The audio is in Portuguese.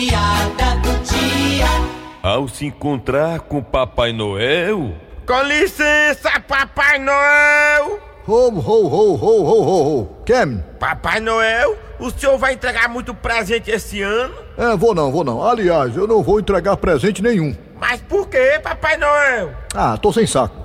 piada do dia. Ao se encontrar com Papai Noel, Com licença, Papai Noel! Ho, ho, ho, ho, ho, ho, ho. Quem? Papai Noel, o senhor vai entregar muito presente esse ano? É, vou não, vou não. Aliás, eu não vou entregar presente nenhum. Mas por que, Papai Noel? Ah, tô sem saco.